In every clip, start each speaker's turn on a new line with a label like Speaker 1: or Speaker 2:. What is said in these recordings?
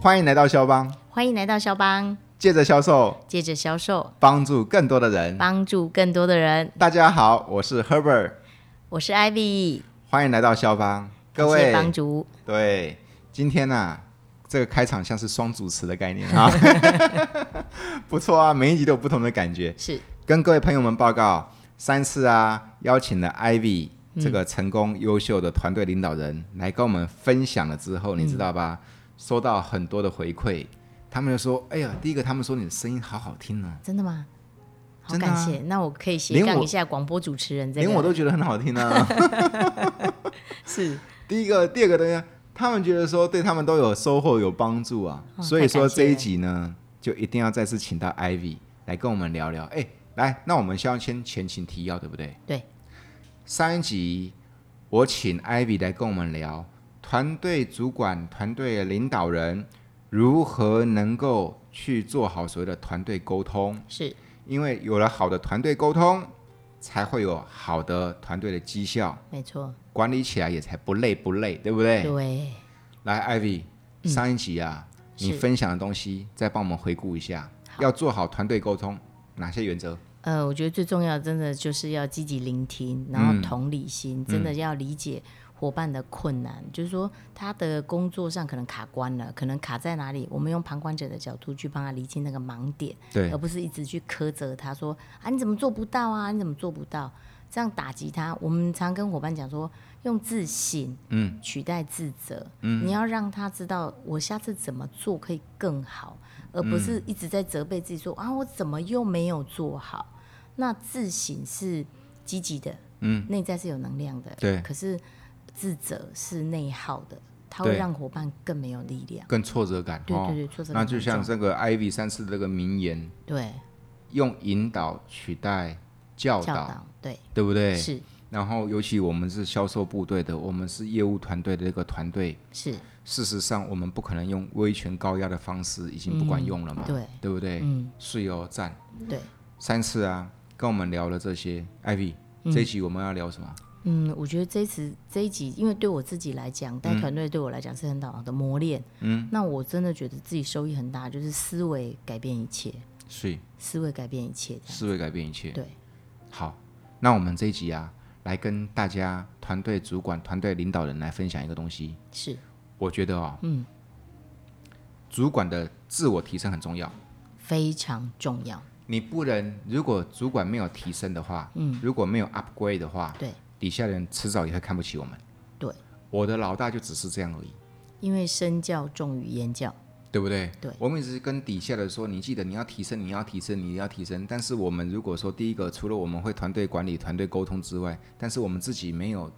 Speaker 1: 欢迎来到肖邦，
Speaker 2: 欢迎来到肖邦，
Speaker 1: 借着销售
Speaker 2: 接着销售，
Speaker 1: 帮助更多的人。
Speaker 2: 帮助更多的人。
Speaker 1: 大家好，我是 Herbert，
Speaker 2: 我是 Ivy，
Speaker 1: 欢迎来到肖邦，各
Speaker 2: 感谢
Speaker 1: 位
Speaker 2: 帮主，
Speaker 1: 对，今天呢、这个开场像是双主持的概念啊， 不错啊，每一集都有不同的感觉。
Speaker 2: 是
Speaker 1: 跟各位朋友们报告，三次啊邀请了 Ivy 这个成功优秀的团队领导人、来跟我们分享了之
Speaker 2: 嗯
Speaker 1: 后，你知道吧？收到很多的回馈，他们就说：“哎呀，第一个他们说你的声音好好听哦，
Speaker 2: 真的吗？好
Speaker 1: 真的啊
Speaker 2: 感谢，那我可以斜
Speaker 1: 连
Speaker 2: 杠
Speaker 1: 我
Speaker 2: 一下广播主持人这个，
Speaker 1: 连我都觉得很好听 啊。
Speaker 2: 是，
Speaker 1: 第一个，第二个呢，他们觉得说对他们都有收获、有帮助啊，
Speaker 2: 哦
Speaker 1: 所以
Speaker 2: 太
Speaker 1: 说
Speaker 2: 感谢
Speaker 1: 这一集呢，就一定要再次请到 Ivy 来跟我们聊聊。哎，来，那我们先先前情提要，对不对？
Speaker 2: 对。
Speaker 1: 上一集我请 Ivy 来跟我们聊团队主管、团队领导人如何能够去做好所谓的团队沟通。
Speaker 2: 是
Speaker 1: 因为有了好的团队沟通，才会有好的团队的绩效，
Speaker 2: 没错，
Speaker 1: 管理起来也才不累不累，对不对？
Speaker 2: 对，嗯
Speaker 1: 来，Ivy，上一集啊，
Speaker 2: 是
Speaker 1: 你分享的东西，再帮我们回顾一下，要做好团队沟通，哪些原则？
Speaker 2: 呃，我觉得最重要的真的就是要积极聆听，然
Speaker 1: 嗯
Speaker 2: 后同理心，真的要理解伙伴的困难，就是说他的工作上可能卡关了，可能卡在哪里，我们用旁观者的角度去帮他理清那个盲点，
Speaker 1: 对
Speaker 2: 而，不是一直去苛责他说啊你怎么做不到啊你怎么做不到，这样打击他。我们常跟伙伴讲说，用自省
Speaker 1: 嗯
Speaker 2: 取代自责，你要让他知道我下次怎么做可以更好，而不
Speaker 1: 嗯
Speaker 2: 是一直在责备自己说、啊我怎么又没有做好。那自省是积极的，
Speaker 1: 嗯，
Speaker 2: 内在是有能量的，
Speaker 1: 对
Speaker 2: 可是自责是内耗的，它会
Speaker 1: 对
Speaker 2: 让伙伴更没有力量。
Speaker 1: 更挫折感
Speaker 2: 对
Speaker 1: 哦
Speaker 2: 对对，挫折
Speaker 1: 那
Speaker 2: 感
Speaker 1: 就
Speaker 2: 很
Speaker 1: 像
Speaker 2: 重
Speaker 1: 这个 Ivy 三次这个名言，
Speaker 2: 对
Speaker 1: 用引导取代教
Speaker 2: 教
Speaker 1: 导，
Speaker 2: 导，对
Speaker 1: 对不对？
Speaker 2: 是
Speaker 1: 然后，尤其我们是销售部队的，我们是业务团队的这个团队，
Speaker 2: 是，
Speaker 1: 事实上我们不可能用威权高压的方式，已经不管用了嘛，
Speaker 2: 嗯对
Speaker 1: 对不对？
Speaker 2: 嗯
Speaker 1: 是有赞。
Speaker 2: 对。
Speaker 1: 三次啊，跟我们聊了这些。艾比，这一集我们要聊什么？
Speaker 2: 嗯，我觉得这一次这一集，因为对我自己来讲，
Speaker 1: 嗯
Speaker 2: 带团队对我来讲是很好的磨练。嗯，那我真的觉得自己收益很大，就是思维改变一切，
Speaker 1: 是
Speaker 2: 思维改变一切这样。
Speaker 1: 思维改变一切。
Speaker 2: 对，
Speaker 1: 好，那我们这一集啊，来跟大家团队主管、团队领导人来分享一个东西。
Speaker 2: 是
Speaker 1: 我觉得哦，嗯，主管的自我提升很重要。
Speaker 2: 非常重要。
Speaker 1: 你不能，如果主管没有提升的话，嗯，如果没有 upgrade 的话，
Speaker 2: 对
Speaker 1: 底下人迟早也会看不起我们。
Speaker 2: 对，
Speaker 1: 我的老大就只是这样而已，
Speaker 2: 因为身教重于言教。
Speaker 1: 对不对？
Speaker 2: 对
Speaker 1: 我们一直跟底下的说，你记得你要提升，你要提升，你要提升。但是我们如果说第一个，除了我们会团队管理、团队沟通之外，但是我们自己没有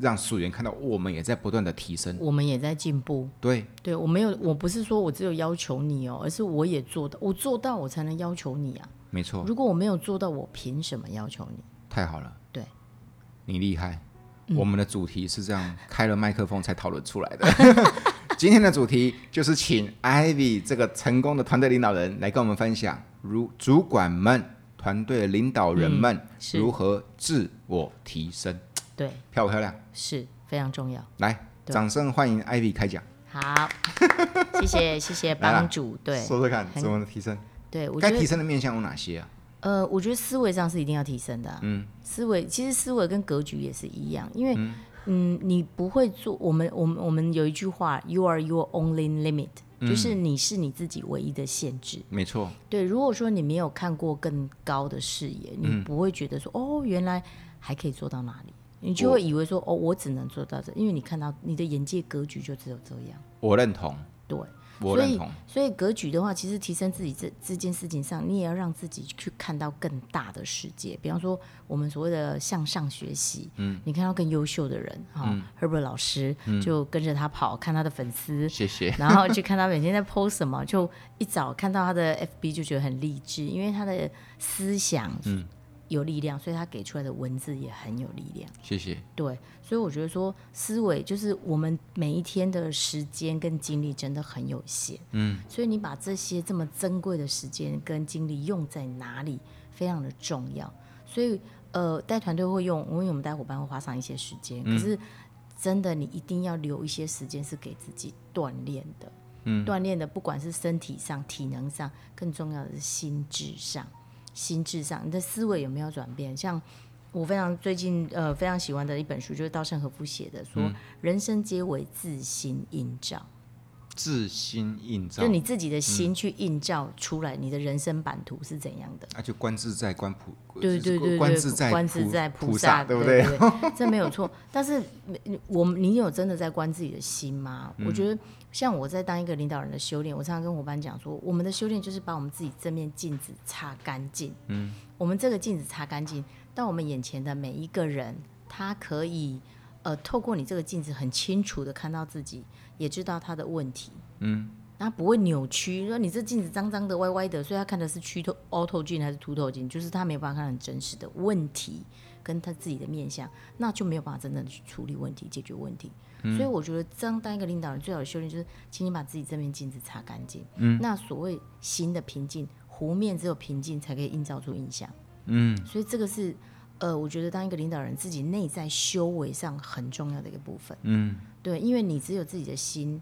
Speaker 1: 让属员看到，我们也在不断的提升。
Speaker 2: 我们也在进步。
Speaker 1: 对，
Speaker 2: 对我没有，我不是说我只有要求你哦，而是我也做到，我做到我才能要求你啊。
Speaker 1: 没错，
Speaker 2: 如果我没有做到，我凭什么要求你？
Speaker 1: 太好了，
Speaker 2: 对，嗯
Speaker 1: 你厉害。我们的主题是这样，开了麦克风才讨论出来的。 今天的主题就是请 Ivy 这个成功的团队领导人来跟我们分享，如主管们、团队领导人们、
Speaker 2: 嗯是
Speaker 1: 如何自我提升。
Speaker 2: 对，
Speaker 1: 漂不漂亮？
Speaker 2: 是非常重要。
Speaker 1: 来，
Speaker 2: 对
Speaker 1: 掌声欢迎 Ivy 开讲，
Speaker 2: 好，谢谢谢谢
Speaker 1: 来啦
Speaker 2: 帮主。对
Speaker 1: 说说看
Speaker 2: 很
Speaker 1: 怎么提升？
Speaker 2: 对，我觉
Speaker 1: 该
Speaker 2: 得
Speaker 1: 提升的面向有哪些啊？
Speaker 2: 呃，我觉得思维上是一定要提升的、嗯，思维其实思维跟格局也是一样，因为嗯你不会做，我们我们我们有一句话，you are your only limit，、就是你是你自己唯一的限制。
Speaker 1: 没错，
Speaker 2: 对，如果说你没有看过更高的视野，你不会觉得说、哦，原来还可以做到哪里，你就会以为说哦，我只能做到这，因为你看到你的眼界格局就只有这样。
Speaker 1: 我认同，
Speaker 2: 对，
Speaker 1: 我
Speaker 2: 所以
Speaker 1: 认同，
Speaker 2: 所以格局的话，其实提升自己这这件事情上，你也要让自己去看到更大的世界。比方说，我们所谓的向上学习，嗯，你看到更优秀的人，哈、h
Speaker 1: 嗯
Speaker 2: e r b e r t 老师、就跟着他跑，看他的粉丝，
Speaker 1: 谢谢。
Speaker 2: 然后去看他每天在 PO 什么，就一早看到他的 FB 就觉得很励志，因为他的思想
Speaker 1: 嗯
Speaker 2: 有力量，所以他给出来的文字也很有力量。
Speaker 1: 谢谢，
Speaker 2: 对，所以我觉得说思维就是我们每一天的时间跟精力真的很有限，嗯，所以你把这些这么珍贵的时间跟精力用在哪里，非常的重要。所以呃，带团队会用，因为我们带伙伴会花上一些时间，可是真的你一定要留一些时间是给自己锻炼的。嗯，锻炼的不管是身体上、体能上，更重要的是心智上，心智上你的思维有没有转变？像我非常最近呃非常喜欢的一本书，就是稻盛和夫写的，说、人生皆为自心映照。
Speaker 1: 自心映照
Speaker 2: 就，你自己的心去映照出来，你的人生版图是怎样的？
Speaker 1: 啊，就观自在观普，
Speaker 2: 对对对对，
Speaker 1: 观自在
Speaker 2: 观自在
Speaker 1: 菩
Speaker 2: 萨，
Speaker 1: 对不
Speaker 2: 对？对这没有错。但是嗯我们你有真的在观自己的心吗？我
Speaker 1: 嗯
Speaker 2: 觉得像我在当一个领导人的修炼，我常常跟伙伴讲说，我们的修炼就是把我们自己这面镜子擦干净。嗯，我们这个镜子擦干净，到我们眼前的每一个人，他可以呃透过你这个镜子很清楚的看到自己，也知道他的问题。它不会扭曲。说你这镜子脏脏的、歪歪的，所以他看的是虚透、凹透镜还是凸透镜，就是他没有办法看很真实的问题跟他自己的面相，那就没有办法真正的去处理问题、解决问题。所以我觉得，当当一个领导人最好的修炼就是，请你把自己这面镜子擦干净。嗯，那所谓心的平静，湖面只有平静才可以映照出影像。嗯，所以这个是。呃，我觉得当一个领导人，自己内在修为上很重要的一个部分。嗯，对，因为你只有自己的心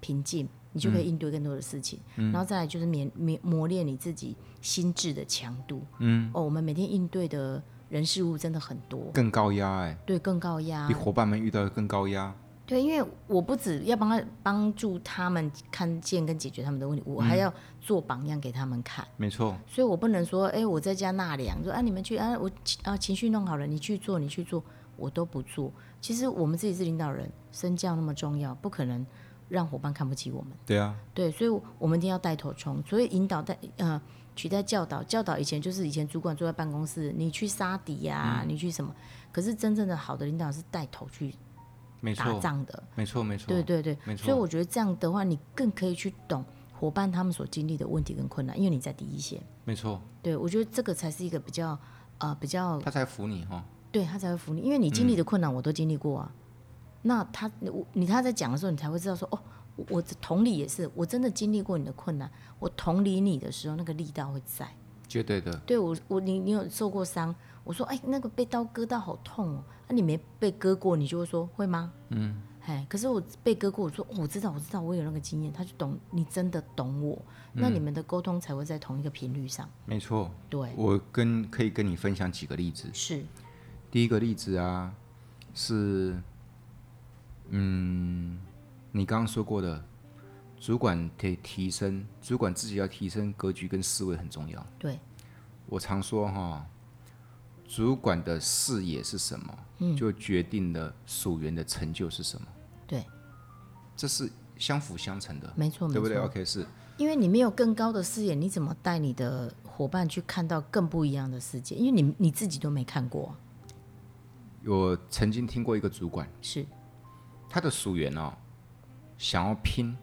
Speaker 2: 平静，你就可以应对更多的事情。然后再来就是免免磨练你自己心智的强度。嗯，哦，我们每天应对的人事物真的很多，
Speaker 1: 更高压哎、
Speaker 2: 对，更高压
Speaker 1: 比。伙伴们遇到的更高压。
Speaker 2: 对，因为我不止要帮他帮助他们看见跟解决他们的问题，我
Speaker 1: 嗯
Speaker 2: 还要做榜样给他们看。
Speaker 1: 没错，
Speaker 2: 所以我不能说，哎、我在家纳凉，说啊，你们去啊，我情啊情绪弄好了，你去做，你去做，我都不做。其实我们自己是领导人，身教那么重要，不可能让伙伴看不起我们。
Speaker 1: 对啊，
Speaker 2: 对，所以我们一定要带头冲，所以引导带呃取代教导，教导以前就是以前主管坐在办公室，你去杀敌呀、
Speaker 1: 嗯
Speaker 2: 你去什么？可是真正的好的领导是带头去
Speaker 1: 没
Speaker 2: 打
Speaker 1: 错，
Speaker 2: 仗的，
Speaker 1: 没错，没错，
Speaker 2: 对对对
Speaker 1: 没，错
Speaker 2: 所以我觉得这样的话，你更可以去懂伙伴他们所经历的问题跟困难，因为你在第一线。
Speaker 1: 没错，
Speaker 2: 对我觉得这个才是一个比较呃比较
Speaker 1: 他才服你哈。
Speaker 2: 对他才会服你，因为你
Speaker 1: 嗯
Speaker 2: 经历的困难我都经历过啊。那他我你他在讲的时候，你才会知道说哦，我我同理也是，我真的经历过你的困难，我同理你的时候，那个力道会在。
Speaker 1: 绝对的，
Speaker 2: 对我我你你有受过伤？我说哎，那个被刀割到好痛哦，那、你没被割过，你就会说会吗？嗯，哎，可是我被割过，我说、哦我知道我知道我有那个经验，他就懂你真的懂我，那
Speaker 1: 嗯
Speaker 2: 你们的沟通才会在同一个频率上。
Speaker 1: 没错。
Speaker 2: 对，
Speaker 1: 我跟可以跟你分享几个例子。
Speaker 2: 是
Speaker 1: 第一个例子啊，是，嗯，你刚刚说过的，主管得提升，主管自己要提升格局跟思维很重要。
Speaker 2: 对，
Speaker 1: 我常说哈，主管的视野是什么，
Speaker 2: 嗯
Speaker 1: 就决定了属员的成就是什么，
Speaker 2: 对，
Speaker 1: 这是相辅相成的，
Speaker 2: 没错没
Speaker 1: 对不
Speaker 2: 错
Speaker 1: 对。？OK，是
Speaker 2: 因为你没有更高的视野，你怎么带你的伙伴去看到更不一样的世界？因为你你自己都没看过啊，
Speaker 1: 我曾经听过一个主管，
Speaker 2: 是
Speaker 1: 他的属员哦，想要拼，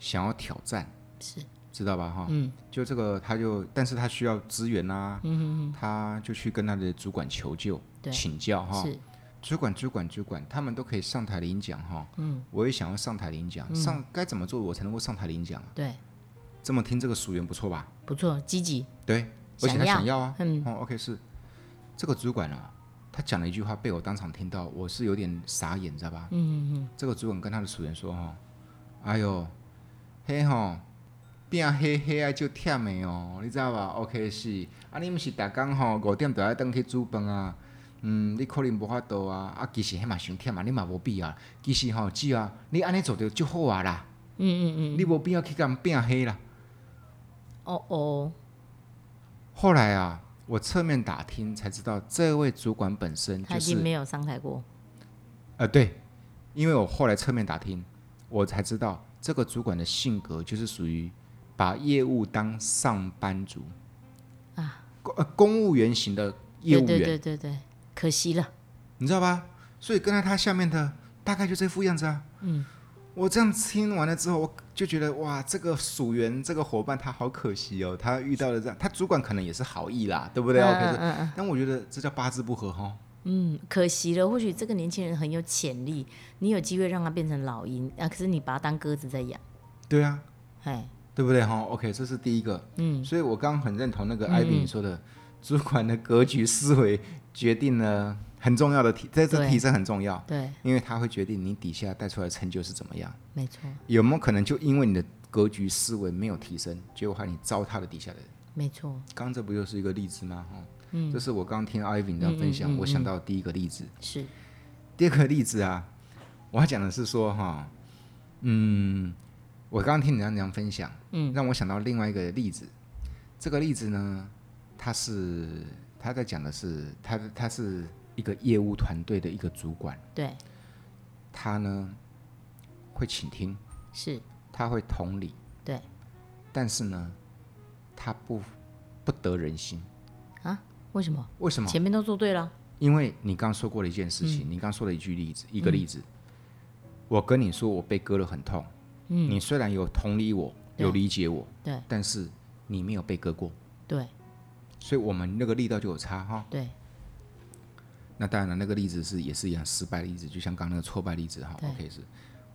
Speaker 1: 想要挑战，
Speaker 2: 是，
Speaker 1: 知道吧？哈，嗯，就这个，他就，但是他需要资源啊，嗯他就去跟他的主管求救，
Speaker 2: 对
Speaker 1: 请教哈，
Speaker 2: 是
Speaker 1: 主管，主管，主管，他们都可以上台领奖哈，嗯，我也想要上台领奖，上该怎么做我才能够上台领奖啊？
Speaker 2: 对，
Speaker 1: 这么听这个属员不错吧？
Speaker 2: 不错，积极，
Speaker 1: 对，而且
Speaker 2: 想
Speaker 1: 他
Speaker 2: 要
Speaker 1: 想要啊，嗯，哦，OK 是，这个主管啊，他讲了一句话被我当场听到，我是有点傻眼，你知道吧？嗯嗯嗯，这个主管跟他的属员说哈，哎呦，嘿吼。变黑黑啊，就忝的哦，你知道吧？OK 是，啊你毋是逐工吼五点就爱登去煮饭啊，嗯，你可能无法度啊，啊其实迄嘛伤忝啊，你嘛无必要，其实吼只要你安尼做着就好啊啦，嗯嗯嗯，你无必要去甲人变黑啦，
Speaker 2: 哦哦，
Speaker 1: 后来啊，我侧面打听才知道，这位主管本身嗯
Speaker 2: 他
Speaker 1: 就
Speaker 2: 已经
Speaker 1: 是
Speaker 2: 没有上台过，
Speaker 1: 呃，对，因为我后来侧面打听，我才知道这个主管的性格就是属于把业务当上班族啊，公、呃、公务员型的业
Speaker 2: 对
Speaker 1: 务员，
Speaker 2: 对对对对，可惜了，
Speaker 1: 你知道吧？所以跟在他下面的大概就这副样子啊。嗯，我这样听完了之后，我就觉得哇，这个属员这个伙伴他好可惜哦，他遇到了这样，他主管可能也是好意啦，对不对、哦
Speaker 2: 嗯
Speaker 1: o k
Speaker 2: 嗯嗯嗯
Speaker 1: 但我觉得这叫八字不合哈、
Speaker 2: 嗯，可惜了。或许这个年轻人很有潜力，你有机会让他变成老鹰啊，可是你把他当鸽子在养，
Speaker 1: 对啊，
Speaker 2: 哎，
Speaker 1: 对不对哈？OK，这是第一个。嗯，所以我刚刚很认同那个艾比你说的，主管的格局思维决定了很重要的提，这这
Speaker 2: 对
Speaker 1: 提升很重要，
Speaker 2: 对，
Speaker 1: 因为它会决定你底下带出来的成就是怎么样。
Speaker 2: 没错，
Speaker 1: 有没有可能就因为你的格局思维没有提升，结果害你糟蹋了底下的人？
Speaker 2: 没错，
Speaker 1: 刚这不就是一个例子吗？哈、这是我刚听 Ivy 你这样分享，我想到第一个例子。
Speaker 2: 是
Speaker 1: 第二个例子啊，我要讲的是说哈，嗯，我刚刚听你这样这样分享，嗯，让我想到另外一个例子。这个例子呢，他是他在讲的是他他是一个业务团队的一个主管，
Speaker 2: 对，
Speaker 1: 他呢会倾听，
Speaker 2: 是
Speaker 1: 他会同理，
Speaker 2: 对，
Speaker 1: 但是呢，他不不得人心。
Speaker 2: 啊？为什么？
Speaker 1: 为什么？
Speaker 2: 前面都做对了，
Speaker 1: 因为你刚说过的一件事
Speaker 2: 嗯
Speaker 1: 情，你刚说了一句例子，一个例子，我跟你说我被割了很痛，嗯，你虽然有同理我，
Speaker 2: 对
Speaker 1: 有理解我，
Speaker 2: 对
Speaker 1: 但是你没有被割过，
Speaker 2: 对
Speaker 1: 所以我们那个力道就有差哈。
Speaker 2: 对
Speaker 1: 那当然了，那个例子是也是一样失败的例子，就像刚刚那个挫败例子哈。
Speaker 2: 对
Speaker 1: OK，是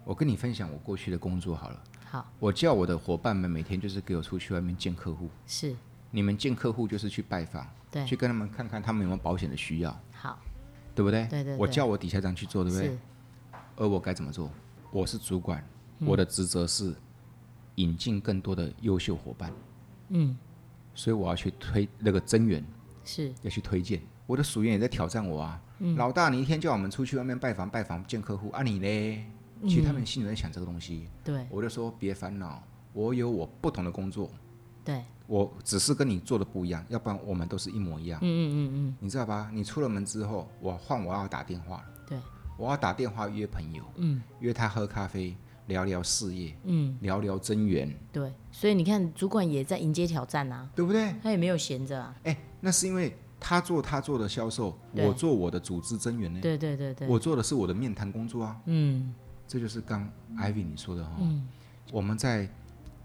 Speaker 1: 我跟你分享我过去的工作好了，
Speaker 2: 好
Speaker 1: 我叫我的伙伴们每天就是给我出去外面见客户，
Speaker 2: 是，
Speaker 1: 你们见客户就是去拜访，
Speaker 2: 对
Speaker 1: 去跟他们看看他们有没有保险的需要，
Speaker 2: 好
Speaker 1: 对不对？
Speaker 2: 对对
Speaker 1: 我
Speaker 2: 对
Speaker 1: 叫我底下这样去做，对不对？
Speaker 2: 是
Speaker 1: 而我该怎么做？我是主管，我的职责是引进更多的优秀伙伴，
Speaker 2: 嗯
Speaker 1: 所以我要去推那个增援，
Speaker 2: 是
Speaker 1: 要去推荐。我的属员也在挑战我啊，老大，你一天叫我们出去外面拜访拜访见客户，啊你嘞？其实他们心里在想这个东西，
Speaker 2: 对
Speaker 1: 我就说别烦恼，我有我不同的工作，
Speaker 2: 对，
Speaker 1: 我只是跟你做的不一样，要不然我们都是一模一样，
Speaker 2: 嗯嗯嗯
Speaker 1: 你知道吧？你出了门之后，我换我要打电话了，
Speaker 2: 嗯对，
Speaker 1: 我要打电话约朋友，
Speaker 2: 嗯
Speaker 1: 约他喝咖啡，聊聊事业，
Speaker 2: 嗯
Speaker 1: 聊聊增援，
Speaker 2: 对，所以你看主管也在迎接挑战啊，
Speaker 1: 对不对？
Speaker 2: 他也没有闲着啊，
Speaker 1: 哎，那是因为他做他做的销售，
Speaker 2: 对
Speaker 1: 我做我的组织增援呢。
Speaker 2: 对对对对，
Speaker 1: 我做的是我的面谈工作啊，
Speaker 2: 嗯
Speaker 1: 这就是刚 Ivy 你说的哈、我们在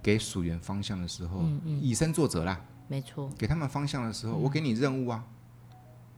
Speaker 1: 给属员方向的时候，
Speaker 2: 嗯
Speaker 1: 以身作则啦，
Speaker 2: 没错，
Speaker 1: 给他们方向的时候，我给你任务啊，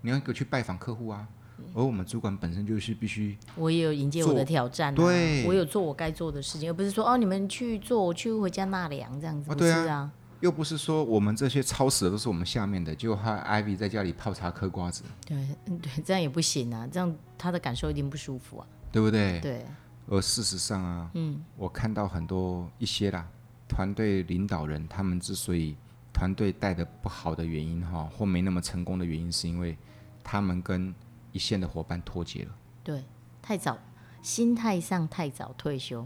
Speaker 1: 你要给我去拜访客户啊，而我们主管本身就是必须
Speaker 2: 我也有迎接我的挑战、啊，
Speaker 1: 做对
Speaker 2: 我有做我该做的事情，而不是说哦你们去做，我去回家纳凉这样子，
Speaker 1: 啊
Speaker 2: 不是
Speaker 1: 对啊
Speaker 2: 啊，
Speaker 1: 又不是说我们这些超死的都是我们下面的，结果害 Ivy 在家里泡茶嗑瓜子，
Speaker 2: 对嗯对，这样也不行啊，这样他的感受一定不舒服啊，
Speaker 1: 对不对？
Speaker 2: 对，
Speaker 1: 而事实上啊，嗯，我看到很多一些啦，团队领导人他们之所以团队带的不好的原因哈，或没那么成功的原因，是因为他们跟一线的伙伴脱节了。
Speaker 2: 对，太早，心态上太早退休，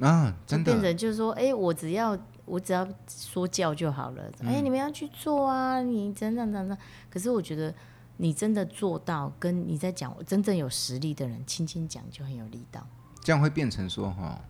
Speaker 1: 啊，
Speaker 2: 就
Speaker 1: 真
Speaker 2: 变
Speaker 1: 的，
Speaker 2: 成就是说，哎、我只要我只要说教就好了，
Speaker 1: 嗯
Speaker 2: 哎、你们要去做啊，你真的真的，可是我觉得你真的做到，跟你在讲真正有实力的人轻轻讲就很有力道，
Speaker 1: 这样会变成说哈，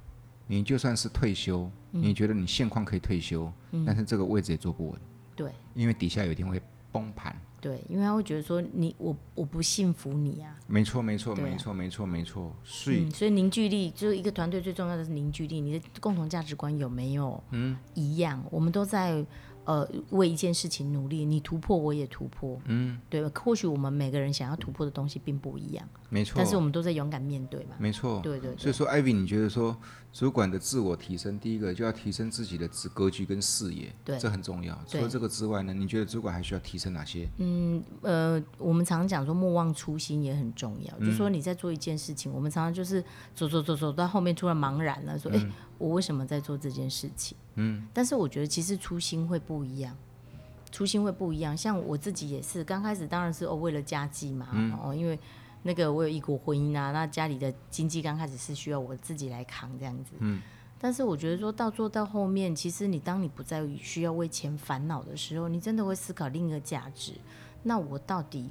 Speaker 1: 你就算是退休，
Speaker 2: 嗯
Speaker 1: 你觉得你现况可以退休，但是这个位置也坐不稳，
Speaker 2: 对。
Speaker 1: 因为底下有一天会崩盘。
Speaker 2: 对，因为他会觉得说你我我不信服你啊，
Speaker 1: 没错，没错，
Speaker 2: 对啊
Speaker 1: 没错，没错，没错，所以
Speaker 2: 嗯，所以凝聚力就是一个团队最重要的是凝聚力，你的共同价值观有没有嗯一样？我们都在呃为一件事情努力，你突破我也突破，嗯，对，或许我们每个人想要突破的东西并不一样，
Speaker 1: 没错
Speaker 2: 但，是我们都在勇敢面对嘛，
Speaker 1: 没错，
Speaker 2: 对对
Speaker 1: 所以
Speaker 2: 对，
Speaker 1: 说，艾比，你觉得说主管的自我提升，第一个就要提升自己的自格局跟视野，
Speaker 2: 对
Speaker 1: 这很重要。除
Speaker 2: 对
Speaker 1: 了这个之外呢，你觉得主管还需要提升哪些？
Speaker 2: 呃，我们常常讲说莫忘初心也很重要，就说你在做一件事情，我们常常就是走走走走到后面突然茫然了，说哎、诶我为什么在做这件事情？嗯，但是我觉得其实初心会不一样。初心会不一样，像我自己也是，刚开始当然是哦为了家计嘛，哦因为那个我有异国婚姻啊，那家里的经济刚开始是需要我自己来扛这样子，嗯，但是我觉得说到做到后面，其实你当你不再需要为钱烦恼的时候，你真的会思考另一个价值，那我到底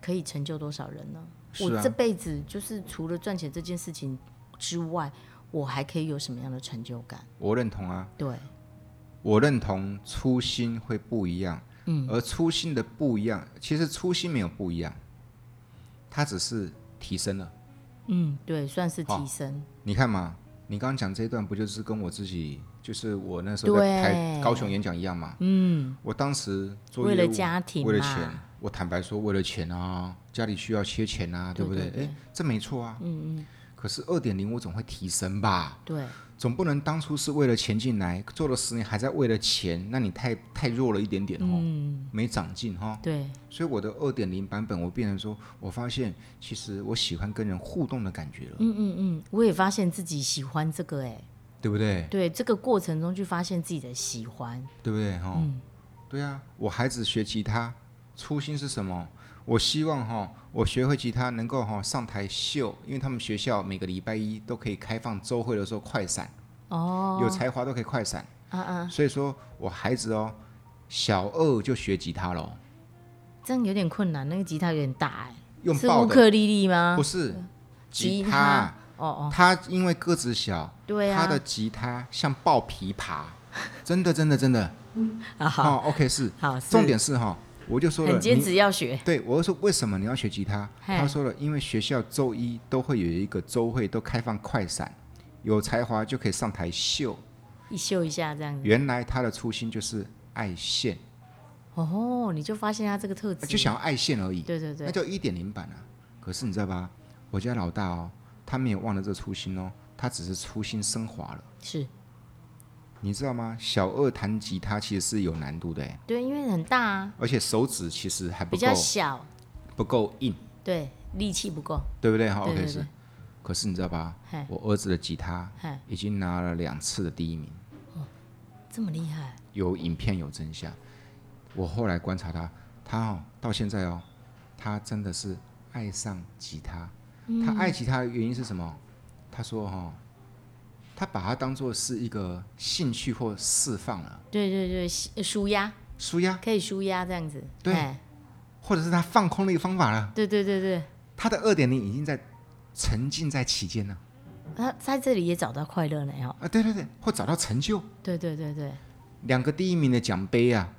Speaker 2: 可以成就多少人呢？
Speaker 1: 是
Speaker 2: 我
Speaker 1: 啊
Speaker 2: 这辈子就是除了赚钱这件事情之外，我还可以有什么样的成就感？
Speaker 1: 我认同啊，
Speaker 2: 对
Speaker 1: 我认同初心会不一样，嗯，而初心的不一样，其实初心没有不一样，它只是提升了。
Speaker 2: 嗯，对，算是
Speaker 1: 好
Speaker 2: 提升。
Speaker 1: 你看嘛，你刚刚讲这一段，不就是跟我自己，就是我那时候在台
Speaker 2: 对
Speaker 1: 高雄演讲一样嘛？
Speaker 2: 嗯，
Speaker 1: 我当时做
Speaker 2: 为
Speaker 1: 业
Speaker 2: 了
Speaker 1: 务
Speaker 2: 家庭啊嘛，
Speaker 1: 为了钱，我坦白说，为了钱啊，家里需要缺钱啊，对不
Speaker 2: 对
Speaker 1: 对？
Speaker 2: 对对
Speaker 1: 哎，这没错啊。嗯嗯。可是二点零我总会提升吧？
Speaker 2: 对
Speaker 1: 总不能当初是为了钱进来，做了十年还在为了钱，那你太太弱了一点点哦，没长进哈、
Speaker 2: 对，
Speaker 1: 所以我的二点零版本，我变成说，我发现其实我喜欢跟人互动的感觉了，
Speaker 2: 嗯嗯嗯，我也发现自己喜欢这个、哎，
Speaker 1: 对不对？
Speaker 2: 对，这个过程中去发现自己的喜欢，
Speaker 1: 对不对？哈、
Speaker 2: 嗯
Speaker 1: 对啊，我孩子学吉他，初心是什么？我希望哈、哦我学会吉他能够哈、上台秀，因为他们学校每个礼拜一都可以开放周会的时候快闪，哦，有才华都可以快闪，
Speaker 2: 啊啊，
Speaker 1: 所以说我孩子哦，小二就学吉他喽，
Speaker 2: 这样有点困难，那个吉他有点大、
Speaker 1: 用
Speaker 2: 哎，是
Speaker 1: 抱
Speaker 2: 乌
Speaker 1: 的
Speaker 2: 克丽丽吗
Speaker 1: 不？是吉
Speaker 2: 吉
Speaker 1: 他
Speaker 2: 他，哦哦，
Speaker 1: 他因为个子小，
Speaker 2: 对
Speaker 1: 他
Speaker 2: 啊，
Speaker 1: 的吉他像抱琵琶，真的真的真的，
Speaker 2: 啊好，
Speaker 1: 哦，OK 是，
Speaker 2: 好，是
Speaker 1: 重点是哈、我就说了，
Speaker 2: 很坚
Speaker 1: 你
Speaker 2: 持要学，
Speaker 1: 对，我就说为什么你要学吉他？
Speaker 2: 嘿
Speaker 1: 他说了，因为学校周一都会有一个周会，都开放快闪，有才华就可以上台秀。
Speaker 2: 一秀一下这样子，
Speaker 1: 原来他的初心就是爱现，
Speaker 2: 哦，你就发现他这个特质，
Speaker 1: 就想要爱现而已，
Speaker 2: 对对
Speaker 1: 那
Speaker 2: 对，
Speaker 1: 叫一点零版啊。可是你知道吧，我家老大哦，他没有忘了这初心哦，他只是初心升华了。
Speaker 2: 是
Speaker 1: 你知道吗？小二弹吉他其实是有难度的欸，
Speaker 2: 对，因为很大啊，
Speaker 1: 而且手指其实还不
Speaker 2: 比
Speaker 1: 够
Speaker 2: 较小，
Speaker 1: 不够硬，
Speaker 2: 对，力气不够，
Speaker 1: 对不对？哈
Speaker 2: 对
Speaker 1: ，OK
Speaker 2: 对
Speaker 1: 是
Speaker 2: 对。
Speaker 1: 可是你知道吧
Speaker 2: 嘿？
Speaker 1: 我儿子的吉他
Speaker 2: 嘿
Speaker 1: 已经拿了两次的第一名，
Speaker 2: 这么厉害，
Speaker 1: 有影片有真相。我后来观察他，他哦到现在哦，他真的是爱上吉他。
Speaker 2: 嗯
Speaker 1: 他爱吉他的原因是什么？他说哈、哦，他把它当做是一个兴趣或释放了，
Speaker 2: 对对对，吸舒压
Speaker 1: 舒压，
Speaker 2: 可以舒压这样子，
Speaker 1: 对
Speaker 2: 哎
Speaker 1: 或者是他放空的一个方法了。
Speaker 2: 对对对对，
Speaker 1: 他的二点零已经在沉浸在其间了
Speaker 2: 他在这里也找到快乐了哦，
Speaker 1: 啊！对对对，或找到成就，
Speaker 2: 对对对对，
Speaker 1: 两个第一名的奖杯啊，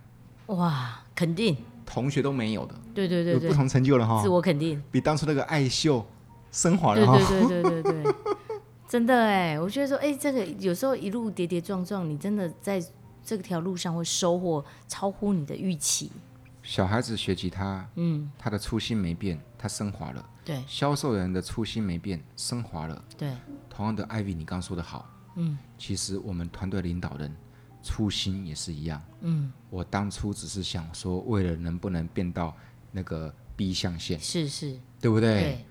Speaker 2: 哇，肯定，
Speaker 1: 同学都没有的，
Speaker 2: 对对对
Speaker 1: 有
Speaker 2: 对
Speaker 1: 不，同成就了哈
Speaker 2: 自，我肯定，
Speaker 1: 比当初那个爱秀升华
Speaker 2: 对
Speaker 1: 了哦哈。
Speaker 2: 对对对 对对，真的哎，我觉得说哎，这个有时候一路跌跌撞撞，你真的在这条路上会收获超乎你的预期，
Speaker 1: 小孩子学吉他，
Speaker 2: 嗯，
Speaker 1: 他的初心没变，他升华了；
Speaker 2: 对
Speaker 1: 销售人的初心没变，升华了。
Speaker 2: 对，
Speaker 1: 同样的，艾薇，你刚说的好，嗯，其实我们团队领导人初心也是一样，嗯，我当初只是想说，为了能不能变到那个 B 象限，
Speaker 2: 是是，
Speaker 1: 对不对？
Speaker 2: 对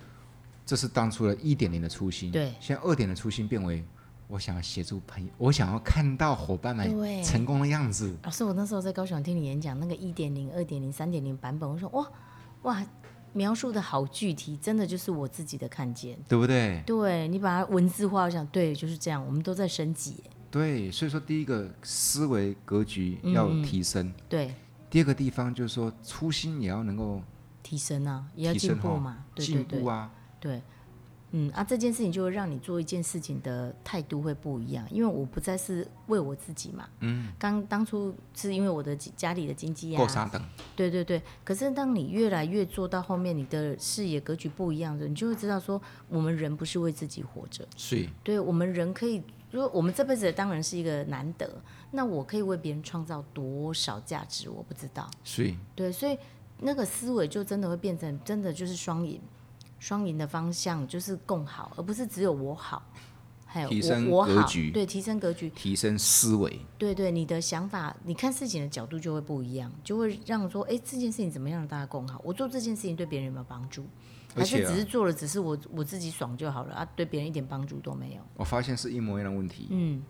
Speaker 1: 这是当初的一点零的初心，
Speaker 2: 对
Speaker 1: 现在二点的初心变为我想要协助朋友，我想要看到伙伴们
Speaker 2: 对
Speaker 1: 成功的样子，
Speaker 2: 老师，我那时候在高雄听你演讲，那个一点零、二点零、三点零版本，我说哇哇，描述的好具体，真的就是我自己的看见。
Speaker 1: 对不对？
Speaker 2: 对你把它文字化，我想对，就是这样，我们都在升级。
Speaker 1: 对，所以说第一个思维格局
Speaker 2: 嗯
Speaker 1: 要提升，
Speaker 2: 对，
Speaker 1: 第二个地方就是说初心也要能够
Speaker 2: 提升啊，也要
Speaker 1: 提
Speaker 2: 进
Speaker 1: 升
Speaker 2: 步
Speaker 1: 哈
Speaker 2: 嘛，对对
Speaker 1: 进
Speaker 2: 对
Speaker 1: 步啊，
Speaker 2: 对，嗯啊，这件事情就会让你做一件事情的态度会不一样，因为我不再是为我自己嘛，嗯，刚当初是因为我的经家里的经济
Speaker 1: 够
Speaker 2: 啊，
Speaker 1: 啥等，
Speaker 2: 对对对，可是当你越来越做到后面，你的视野格局不一样的，你就会知道说，我们人不是为自己活着，
Speaker 1: 所以
Speaker 2: 对我们人可以，如果我们这辈子当然是一个难得，那我可以为别人创造多少价值，我不知道。
Speaker 1: 所以
Speaker 2: 对，所以那个思维就真的会变成，真的就是双赢，双赢的方向就是共好，而不是只有我好，还有
Speaker 1: 提升
Speaker 2: 我我
Speaker 1: 格
Speaker 2: 好
Speaker 1: 局，
Speaker 2: 对，提升格局，
Speaker 1: 提升思维，
Speaker 2: 对对，你的想法，你看事情的角度就会不一样，就会让说，哎，这件事情怎么样让大家更好？我做这件事情对别人有没有帮助？
Speaker 1: 而
Speaker 2: 还
Speaker 1: 且
Speaker 2: 是
Speaker 1: 啊
Speaker 2: 只是做了，只是我我自己爽就好了啊，对别人一点帮助都没有。
Speaker 1: 我发现是一模一样的问题。嗯，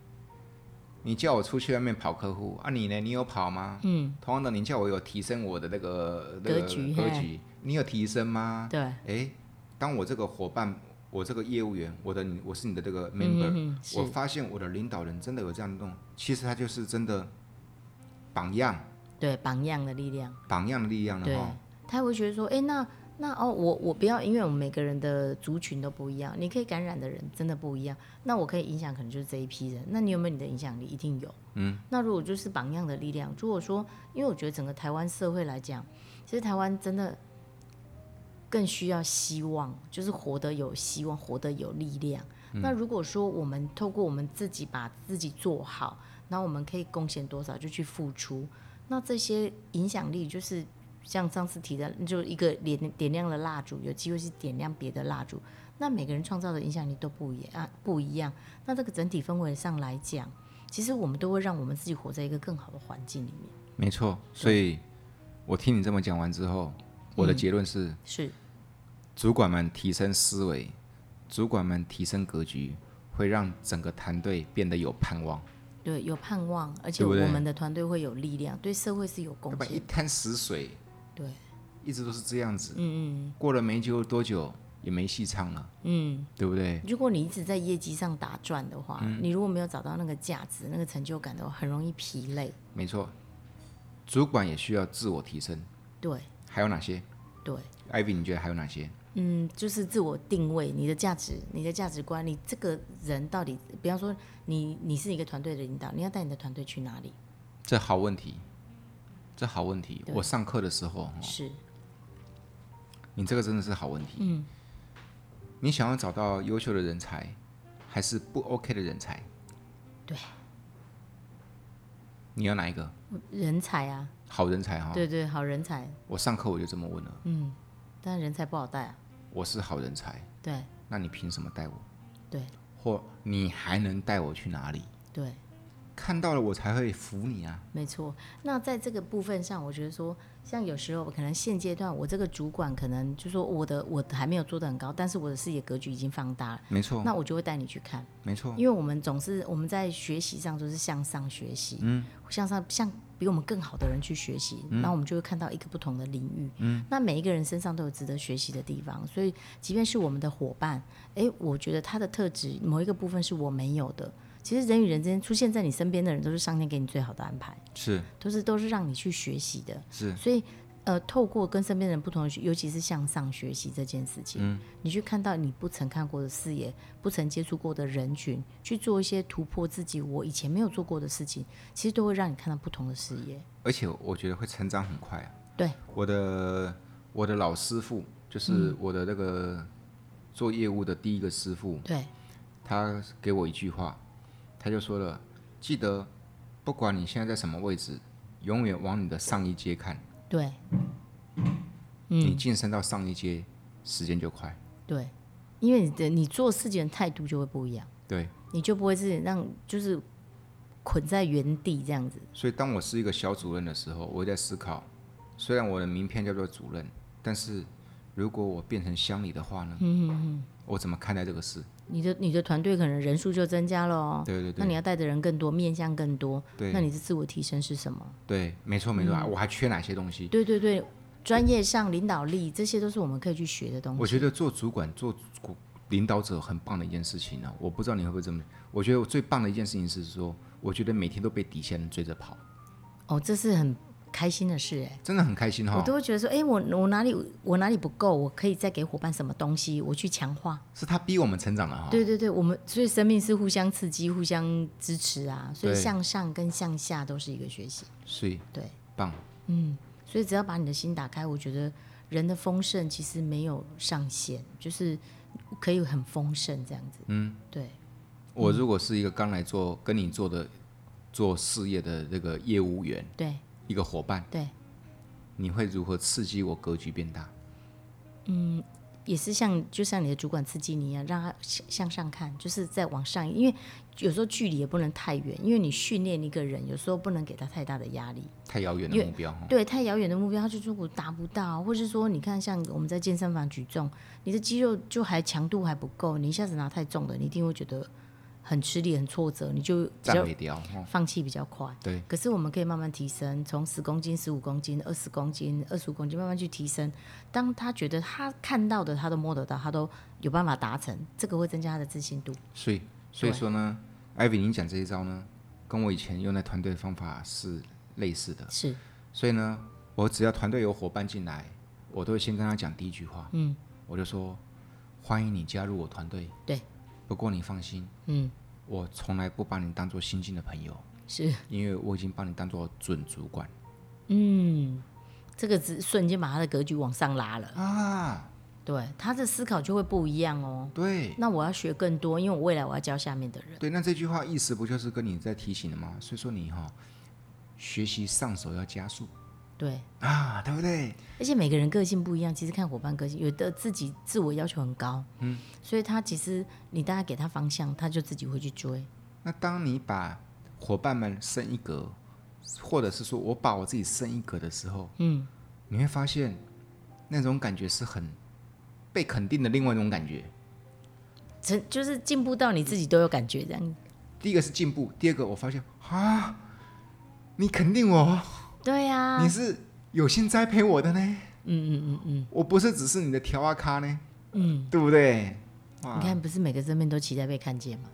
Speaker 1: 你叫我出去外面跑客户啊，你呢？你有跑吗？嗯，同样的，你叫我有提升我的那个那个
Speaker 2: 格局
Speaker 1: 格
Speaker 2: 嘿
Speaker 1: 局，你有提升吗？
Speaker 2: 对，
Speaker 1: 诶，当我这个伙伴，我这个业务员，我的你我是你的这个 member，、
Speaker 2: 嗯，是
Speaker 1: 我发现我的领导人真的有这样弄，其实他就是真的榜样，
Speaker 2: 对榜样的力量。
Speaker 1: 榜样的力量了
Speaker 2: 对
Speaker 1: 哈。，
Speaker 2: 他会觉得说，哎，那那哦，我我不要，因为我们每个人的族群都不一样，你可以感染的人真的不一样，那我可以影响可能就是这一批人，那你有没有你的影响力？一定有，嗯，那如果就是榜样的力量，如果说，因为我觉得整个台湾社会来讲，其实台湾真的。更需要希望，就是活得有希望，活得有力量。那如果说我们透过我们自己把自己做好，那我们可以贡献多少就去付出，那这些影响力就是像上次提的，就一个点点亮了蜡烛，有机会去点亮别的蜡烛，那每个人创造的影响力都不一样，不一样。那这个整体氛围上来讲，其实我们都会让我们自己活在一个更好的环境里面。
Speaker 1: 没错。所以，我听你这么讲完之后，我
Speaker 2: 嗯
Speaker 1: 的结论是：
Speaker 2: 是，
Speaker 1: 主管们提升思维，主管们提升格局，会让整个团队变得有盼望。
Speaker 2: 对，有盼望，而且
Speaker 1: 对不
Speaker 2: 我
Speaker 1: 对
Speaker 2: 们的团队会有力量，对社会是有贡
Speaker 1: 要不然一
Speaker 2: 献。
Speaker 1: 滩死水，
Speaker 2: 对，
Speaker 1: 一直都是这样子。
Speaker 2: 嗯
Speaker 1: 过了没久多久，也没戏唱了，
Speaker 2: 嗯嗯。
Speaker 1: 对不对？
Speaker 2: 如果你一直在业绩上打转的话，
Speaker 1: 嗯
Speaker 2: 你如果没有找到那个价值、那个成就感的话，很容易疲累。
Speaker 1: 没错，主管也需要自我提升。
Speaker 2: 对
Speaker 1: 还有哪些
Speaker 2: 对，
Speaker 1: ？Ivy，你觉得还有哪些？
Speaker 2: 嗯，就是自我定位，你的价值、你的价值观，你这个人到底，比方说你你是一个团队的领导，你要带你的团队去哪里？
Speaker 1: 这好问题，这好问题。我上课的时候，哦
Speaker 2: 是
Speaker 1: 你这个真的是好问题。嗯，你想要找到优秀的人才，还是不 OK 的人才？
Speaker 2: 对，
Speaker 1: 你要哪一个？
Speaker 2: 人才啊，
Speaker 1: 好人才哈、
Speaker 2: 对对，好人才，
Speaker 1: 我上课我就这么问了，
Speaker 2: 嗯，但人才不好带啊，
Speaker 1: 我是好人才，
Speaker 2: 对
Speaker 1: 那你凭什么带我？
Speaker 2: 对
Speaker 1: 或你还能带我去哪里？
Speaker 2: 对，
Speaker 1: 看到了我才会服你啊！
Speaker 2: 没错。那在这个部分上，我觉得说，像有时候可能现阶段我这个主管可能就说我的我还没有做得很高，但是我的视野格局已经放大了，
Speaker 1: 没错，
Speaker 2: 那我就会带你去看。
Speaker 1: 没错，
Speaker 2: 因为我们总是我们在学习上都是向上学习，嗯，向上向比我们更好的人去学习，然后我们就会看到一个不同的领域，嗯，那每一个人身上都有值得学习的地方，所以即便是我们的伙伴，诶，我觉得他的特质某一个部分是我没有的。其实人与人之间出现在你身边的人，都是上天给你最好的安排，
Speaker 1: 是
Speaker 2: 都是都是让你去学习的。
Speaker 1: 是，
Speaker 2: 所以呃，透过跟身边的人不同的学，尤其是向上学习这件事情，
Speaker 1: 嗯
Speaker 2: 你去看到你不曾看过的视野，不曾接触过的人群，去做一些突破自己我以前没有做过的事情，其实都会让你看到不同的视野。
Speaker 1: 而且我觉得会成长很快啊。
Speaker 2: 对，
Speaker 1: 我的我的老师傅就是
Speaker 2: 嗯
Speaker 1: 我的那个做业务的第一个师傅，
Speaker 2: 对，
Speaker 1: 他给我一句话，他就说了：记得，不管你现在在什么位置，永远往你的上一阶看。
Speaker 2: 对，嗯
Speaker 1: 你晋升到上一阶，时间就快。
Speaker 2: 对，因为你的你做事情的态度就会不一样，
Speaker 1: 对，
Speaker 2: 你就不会是让就是捆在原地这样子。
Speaker 1: 所以当我是一个小主任的时候，我也在思考，虽然我的名片叫做主任，但是如果我变成乡里的话呢？
Speaker 2: 嗯
Speaker 1: 我怎么看待这个事？
Speaker 2: 你的你的团队可能人数就增加了哦，
Speaker 1: 对对
Speaker 2: 那你
Speaker 1: 对，
Speaker 2: 要带的人更多，面向更多，
Speaker 1: 对
Speaker 2: 那你的自我提升是什么？
Speaker 1: 对，没错没错，
Speaker 2: 嗯
Speaker 1: 我还缺哪些东西？
Speaker 2: 对对对，专业上、领导力，这些都是我们可以去学的东
Speaker 1: 我
Speaker 2: 西。
Speaker 1: 觉得做主管、做主领导者很棒的一件事情呢、我不知道你会不会这么。我觉得我最棒的一件事情是说，我觉得每天都被底线人追着跑，
Speaker 2: 哦，这是很开心的事哎，
Speaker 1: 真的很开心哈、
Speaker 2: 我都会觉得说，哎，我我哪里我哪里不够，我可以再给伙伴什么东西，我去强化。
Speaker 1: 是他逼我们成长的哈、
Speaker 2: 对对对，我们所以生命是互相刺激、互相支持啊，所以
Speaker 1: 对
Speaker 2: 向上跟向下都是一个学习。
Speaker 1: 所以
Speaker 2: 对，
Speaker 1: 棒。
Speaker 2: 所以只要把你的心打开，我觉得人的丰盛其实没有上限，就是可以很丰盛这样子。嗯，对，
Speaker 1: 我如果是一个刚来做跟你做的做事业的这个业务员，
Speaker 2: 对
Speaker 1: 一个伙伴，
Speaker 2: 对。
Speaker 1: 你会如何刺激我格局变大？
Speaker 2: 也是像就像你的主管刺激你一样，让他向向上看，就是在往上，因为有时候距离也不能太远，因为你训练一个人，有时候不能给他太大的压力。
Speaker 1: 太遥远的目标哈，
Speaker 2: 对，太遥远的目标，他就说我达不到，或是说你看像我们在健身房举重，你的肌肉就还强度还不够，你一下子拿太重的，你一定会觉得很吃力、很挫折，你就比
Speaker 1: 站
Speaker 2: 较
Speaker 1: 没掉哈。
Speaker 2: 放弃比较快。
Speaker 1: 对，
Speaker 2: 可是我们可以慢慢提升，从十公斤、十五公斤、二十公斤、二十五公斤慢慢去提升。当他觉得他看到的，他都摸得到，他都有办法达成，这个会增加他的自信度。
Speaker 1: 所以所以说呢，艾比，你讲这一招呢，跟我以前用的团队方法是类似的。
Speaker 2: 是
Speaker 1: 所以呢，我只要团队有伙伴进来，我都会先跟他讲第一句话，嗯，我就说欢迎你加入我团队，
Speaker 2: 对，
Speaker 1: 不过你放心，
Speaker 2: 嗯，
Speaker 1: 我从来不把你当做新进的朋友，
Speaker 2: 是，
Speaker 1: 因为我已经把你当做准主管
Speaker 2: 嗯，这个只瞬间把他的格局往上拉了，
Speaker 1: 啊，
Speaker 2: 对他的思考就会不一样哦。
Speaker 1: 对
Speaker 2: 那我要学更多，因为我未来我要教下面的人。
Speaker 1: 对，那这句话意思不就是跟你在提醒的吗？所以说你哈、学习上手要加速，
Speaker 2: 对，
Speaker 1: 啊，对不对？
Speaker 2: 而且每个人个性不一样，其实看伙伴个性，有的自己自我要求很高，嗯，所以他其实你大概给他方向，他就自己会去追。
Speaker 1: 那当你把伙伴们升一格，或者是说我把我自己升一格的时候，
Speaker 2: 嗯，
Speaker 1: 你会发现那种感觉是很被肯定的另外一种感觉。
Speaker 2: 成就是进步到你自己都有感觉这样。
Speaker 1: 第一个是进步，第二个我发现啊，你肯定我，
Speaker 2: 对呀、
Speaker 1: 你是有心栽培我的呢，
Speaker 2: 啊嗯嗯嗯
Speaker 1: 我不是只是你的调啊咖呢，
Speaker 2: 嗯
Speaker 1: 对不对？
Speaker 2: 嗯，你看不是每个生命都期待被看见吗？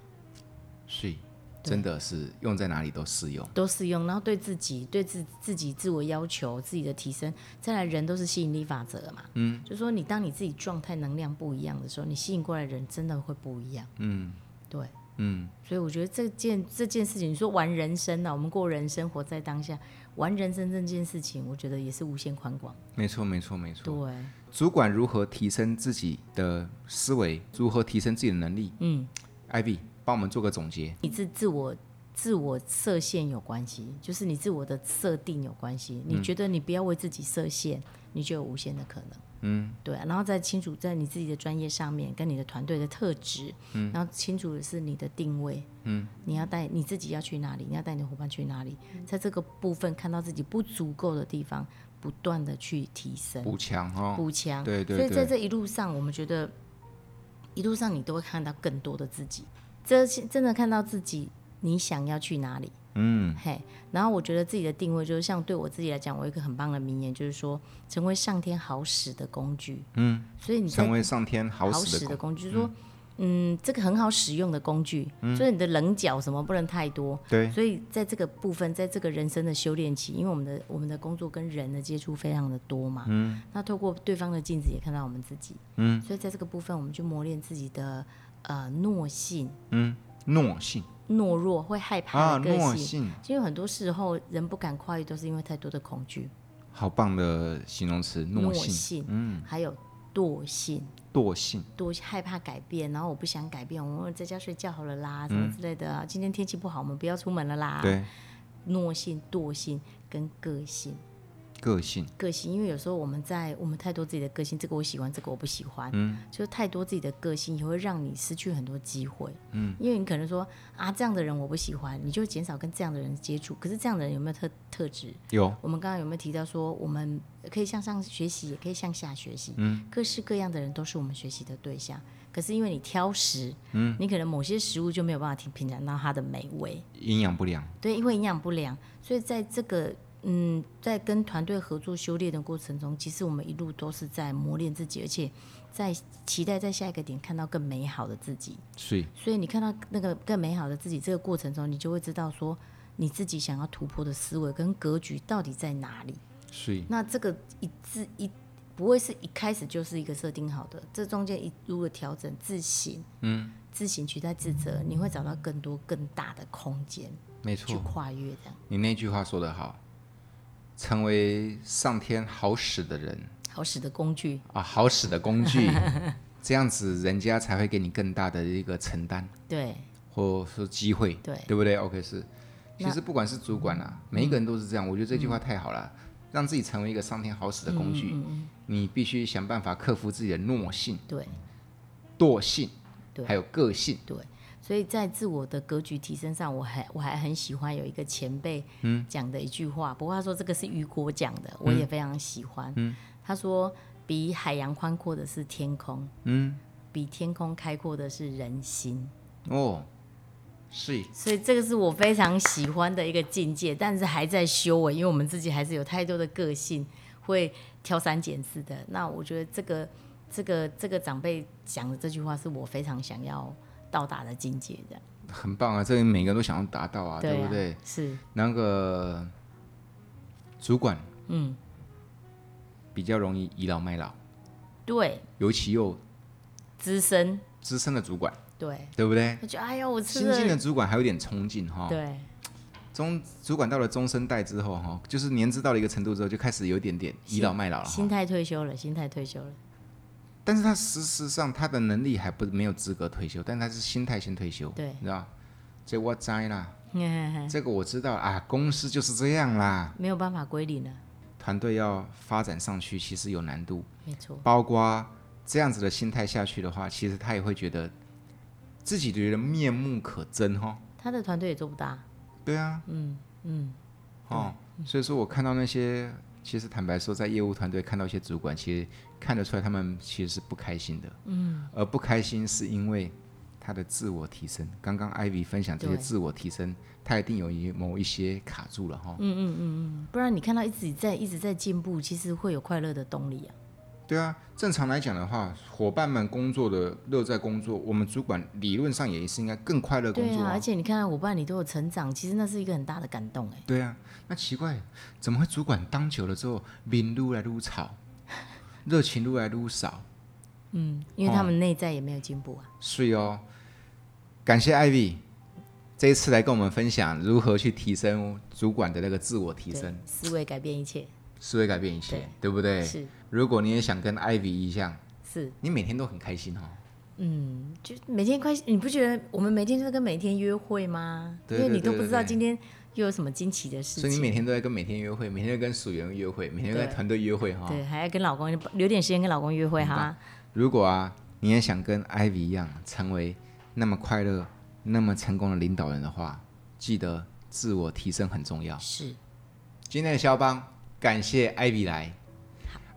Speaker 1: 所以真的是用在哪里都适用。
Speaker 2: 都适用，然后对自己、对自自己自我要求、自己的提升，再来人都是吸引力法则嘛，嗯，就说你当你自己状态能量不一样的时候，你吸引过来的人真的会不一样，
Speaker 1: 嗯
Speaker 2: 对，
Speaker 1: 嗯，
Speaker 2: 所以我觉得这件这件事情，你说玩人生啊呢、我们过人生，活在当下，玩人生这件事情，我觉得也是无限宽广，
Speaker 1: 没错没错没
Speaker 2: 对
Speaker 1: 错。，主管如何提升自己的思维，如何提升自己的能力
Speaker 2: 嗯，
Speaker 1: ？Ivy 帮我们做个总结。
Speaker 2: 你自自我。自我设限有关系，就是你自我的设定有关系。你觉得你不要为自己设限，你就有无限的可能。
Speaker 1: 嗯
Speaker 2: 对、啊，然后再清楚在你自己的专业上面，跟你的团队的特质，嗯，然后清楚的是你的定位，
Speaker 1: 嗯，
Speaker 2: 你要带你自己要去哪里，你要带你的伙伴去哪里，在这个部分看到自己不足够的地方，不断的去提升
Speaker 1: 补强哦，
Speaker 2: 补强，
Speaker 1: 对对
Speaker 2: 所以
Speaker 1: 对
Speaker 2: 在这一路上，我们觉得一路上你都会看到更多的自己，这些真的看到自己你想要去哪里，
Speaker 1: 嗯，
Speaker 2: 嘿，然后我觉得自己的定位就是像对我自己来讲，我有一个很棒的名言，就是说成为上天好使的工具。
Speaker 1: 嗯，
Speaker 2: 所以你在
Speaker 1: 成为上天好
Speaker 2: 好
Speaker 1: 使
Speaker 2: 使
Speaker 1: 的
Speaker 2: 的
Speaker 1: 工，
Speaker 2: 工具，就是说嗯，这个很好使用的工具，
Speaker 1: 嗯
Speaker 2: 就是你的棱角什么不能太多。
Speaker 1: 对，
Speaker 2: 所以在这个部分，在这个人生的修炼期，因为我们的我们的工作跟人的接触非常的多嘛，嗯，那透过对方的镜子也看到我们自己，
Speaker 1: 嗯，
Speaker 2: 所以在这个部分，我们去磨练自己的呃懦性、
Speaker 1: 嗯，懦性
Speaker 2: 懦弱、会害
Speaker 1: 啊，
Speaker 2: 怕的个性。
Speaker 1: 懦性，
Speaker 2: 因为很多时候人不敢跨越，都是因为太多的恐惧、
Speaker 1: 好棒的形容词，
Speaker 2: 惰
Speaker 1: 懦性，
Speaker 2: 性，嗯，还有惰性，
Speaker 1: 惰性，
Speaker 2: 多害怕改变，然后我不想改变，我嗯在家睡觉好了啦，
Speaker 1: 嗯
Speaker 2: 什么之类的啊、今天天气不好，我们不要出门了啦。
Speaker 1: 对，
Speaker 2: 惰性、惰性跟个性，
Speaker 1: 个性，
Speaker 2: 个性，因为有时候我们在我们太多自己的个性，这个我喜欢，这个我不喜欢，嗯，就是太多自己的个性也会让你失去很多机会，嗯，因为你可能说啊这样的人我不喜欢，你就减少跟这样的人接触，可是这样的人有没有特特质？
Speaker 1: 有，
Speaker 2: 我们刚刚有没有提到说，我们可以向上学习，也可以向下学习，嗯，各式各样的人都是我们学习的对象。可是因为你挑食，嗯，你可能某些食物就没有办法品品尝到它的美味，
Speaker 1: 营养不良，
Speaker 2: 对，因为营养不良，所以在这个嗯，在跟团队合作修炼的过程中，其实我们一路都是在磨练自己，而且在期待在下一个点看到更美好的自己。
Speaker 1: 所以
Speaker 2: 所以你看到那个更美好的自己这个过程中，你就会知道说你自己想要突破的思维跟格局到底在哪里。
Speaker 1: 所以
Speaker 2: 那这个一自一不会是一开始就是一个设定好的，这中间一如果调整自省，嗯，自省取代自责，你会找到更多更大的空间
Speaker 1: 没
Speaker 2: 去
Speaker 1: 错，
Speaker 2: 跨越这样。
Speaker 1: 你那句话说得好，成为上天好使的人
Speaker 2: 好使的工具，
Speaker 1: 啊，好使的工 具，这样子人家才会给你更大的一个承担。
Speaker 2: 对
Speaker 1: 或是机会，
Speaker 2: 对
Speaker 1: 对不对？OK，是。其
Speaker 2: 那嗯
Speaker 1: 实不管是主管啊，每一个人都是这样。我觉得这句话太好了，让自己成为一个上天好使的工具，
Speaker 2: 嗯
Speaker 1: 你必须想办法克服自己的懦性、
Speaker 2: 对
Speaker 1: 惰性，
Speaker 2: 对
Speaker 1: 还有个性。
Speaker 2: 对，所以在自我的格局提升上，我还我还很喜欢有一个前辈讲的一句话，不过他说这个是雨果讲的，我也非常喜欢。他说比海洋宽阔的是天空，
Speaker 1: 嗯，
Speaker 2: 比天空开阔的是人心。
Speaker 1: 哦，是
Speaker 2: 所以这个是我非常喜欢的一个境界，但是还在修为，因为我们自己还是有太多的个性会挑三拣四的。那我觉得这个这个这个长辈讲的这句话是我非常想要到达的境界的，
Speaker 1: 很棒啊！这个每个人都想要达到啊，对
Speaker 2: 啊
Speaker 1: 不对？？
Speaker 2: 是，
Speaker 1: 那个主管
Speaker 2: 嗯，
Speaker 1: 比较容易倚老卖老，
Speaker 2: 对，
Speaker 1: 尤其又
Speaker 2: 资深，
Speaker 1: 资深的主管，
Speaker 2: 对，
Speaker 1: 对不对？
Speaker 2: 他就哎呀，我吃
Speaker 1: 新进的哦
Speaker 2: 了，
Speaker 1: 主管还有点冲劲哈、
Speaker 2: 对
Speaker 1: 中主管到了中生代之后，哈，就是年资到了一个程度之后，就开始有一点点倚老卖老了
Speaker 2: 心
Speaker 1: 哈。
Speaker 2: 态退休了，心态退休了，
Speaker 1: 但是他事实上他的能力还不没有资格退休，但他是心态先退休，
Speaker 2: 对
Speaker 1: 你知道？这我栽啦，
Speaker 2: 嘿嘿嘿
Speaker 1: 这个我知道啊，公司就是这样啦，
Speaker 2: 没有办法归零了，
Speaker 1: 团队要发展上去，其实有难度。
Speaker 2: 没错，
Speaker 1: 包括这样子的心态下去的话，其实他也会觉得自己觉得面目可憎哈、哦。
Speaker 2: 他的团队也做不大。
Speaker 1: 对啊，
Speaker 2: 嗯嗯，
Speaker 1: 哦，所以说我看到那些，其实坦白说，在业务团队看到一些主管，其实看得出来他们其实是不开心的，嗯，而不开心是因为他的自我提升。刚刚 Ivy 分享这些
Speaker 2: 对
Speaker 1: 自我提升，他一定有一某一些卡住了哈、
Speaker 2: 嗯不然你看到一直在一直在进步，其实会有快乐的动力啊。
Speaker 1: 对啊，正常来讲的话，伙伴们工作的乐在工作，我们主管理论上也是应该更快乐工
Speaker 2: 对
Speaker 1: 作
Speaker 2: 啊，
Speaker 1: 啊
Speaker 2: 而。且你看伙伴你都有成长，其实那是一个很大的感动哎、
Speaker 1: 对啊，那奇怪，怎么会主管当久了之后，民撸来撸草， 热情撸来撸少？
Speaker 2: 嗯，因
Speaker 1: 哦
Speaker 2: 为他们内在也没有进步啊。
Speaker 1: 是哦，感谢 Ivy 这一次来跟我们分享如何去提升主管的那个自我提
Speaker 2: 对
Speaker 1: 升，，
Speaker 2: 思维改变一切，
Speaker 1: 思维改变一切，对
Speaker 2: 对
Speaker 1: 不对？
Speaker 2: 是
Speaker 1: 如果你也想跟 Ivy 一样，
Speaker 2: 是，
Speaker 1: 你每天都很开心哦。
Speaker 2: 嗯，就每天快，你不觉得我们每天就是跟每天约会吗？
Speaker 1: 对
Speaker 2: 因为
Speaker 1: 对
Speaker 2: 你都
Speaker 1: 对
Speaker 2: 不
Speaker 1: 对
Speaker 2: 知道
Speaker 1: 对
Speaker 2: 今天又有什么惊奇的事
Speaker 1: 所以你
Speaker 2: 情，
Speaker 1: 每天都在跟每天约会，每天都跟属员约会，每天都在
Speaker 2: 对
Speaker 1: 团队约会哈、
Speaker 2: 对，还要跟老公留点时间跟老公约会哈。
Speaker 1: 如果啊，你也想跟 Ivy 一样成为那么快乐、那么成功的领导人的话，记得自我提升很重要。
Speaker 2: 是
Speaker 1: 今天的肖邦，感谢 Ivy 来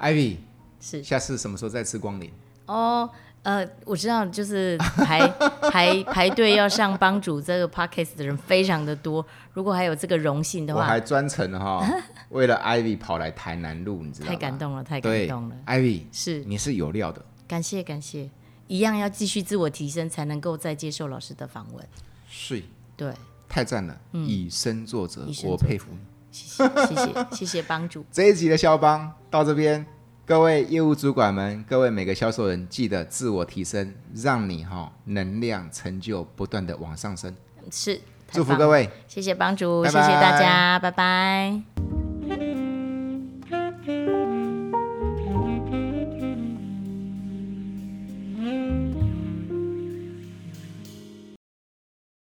Speaker 1: ，Ivy
Speaker 2: 是
Speaker 1: 下次什么时候再次光临？
Speaker 2: 哦，呃，我知道，就是 排排排队要上帮主这个 podcast 的人非常的多，如果还有这个荣幸的
Speaker 1: 我
Speaker 2: 话
Speaker 1: 还，专程哈、 为了 Ivy 跑来台南路，你知道吗？
Speaker 2: 太感动了，太感
Speaker 1: 对
Speaker 2: 动了。
Speaker 1: ，Ivy
Speaker 2: 是，
Speaker 1: 你是有料的。
Speaker 2: 感谢感谢，一样要继续自我提升，才能够再接受老师的访问。
Speaker 1: 是，
Speaker 2: 对，
Speaker 1: 太赞了！以身作则
Speaker 2: 嗯以，身
Speaker 1: 我
Speaker 2: 作
Speaker 1: 佩服你。
Speaker 2: 谢谢谢谢谢谢帮主，
Speaker 1: 这一集的肖邦到这边，各位业务主管们，各位每个销售人，记得自我提升，让你哈、能量成就不断的往上升。
Speaker 2: 是
Speaker 1: 祝福各
Speaker 2: 位，
Speaker 1: 位。
Speaker 2: 谢谢帮主，
Speaker 1: 拜
Speaker 2: 谢谢大
Speaker 1: 拜
Speaker 2: 家，拜拜。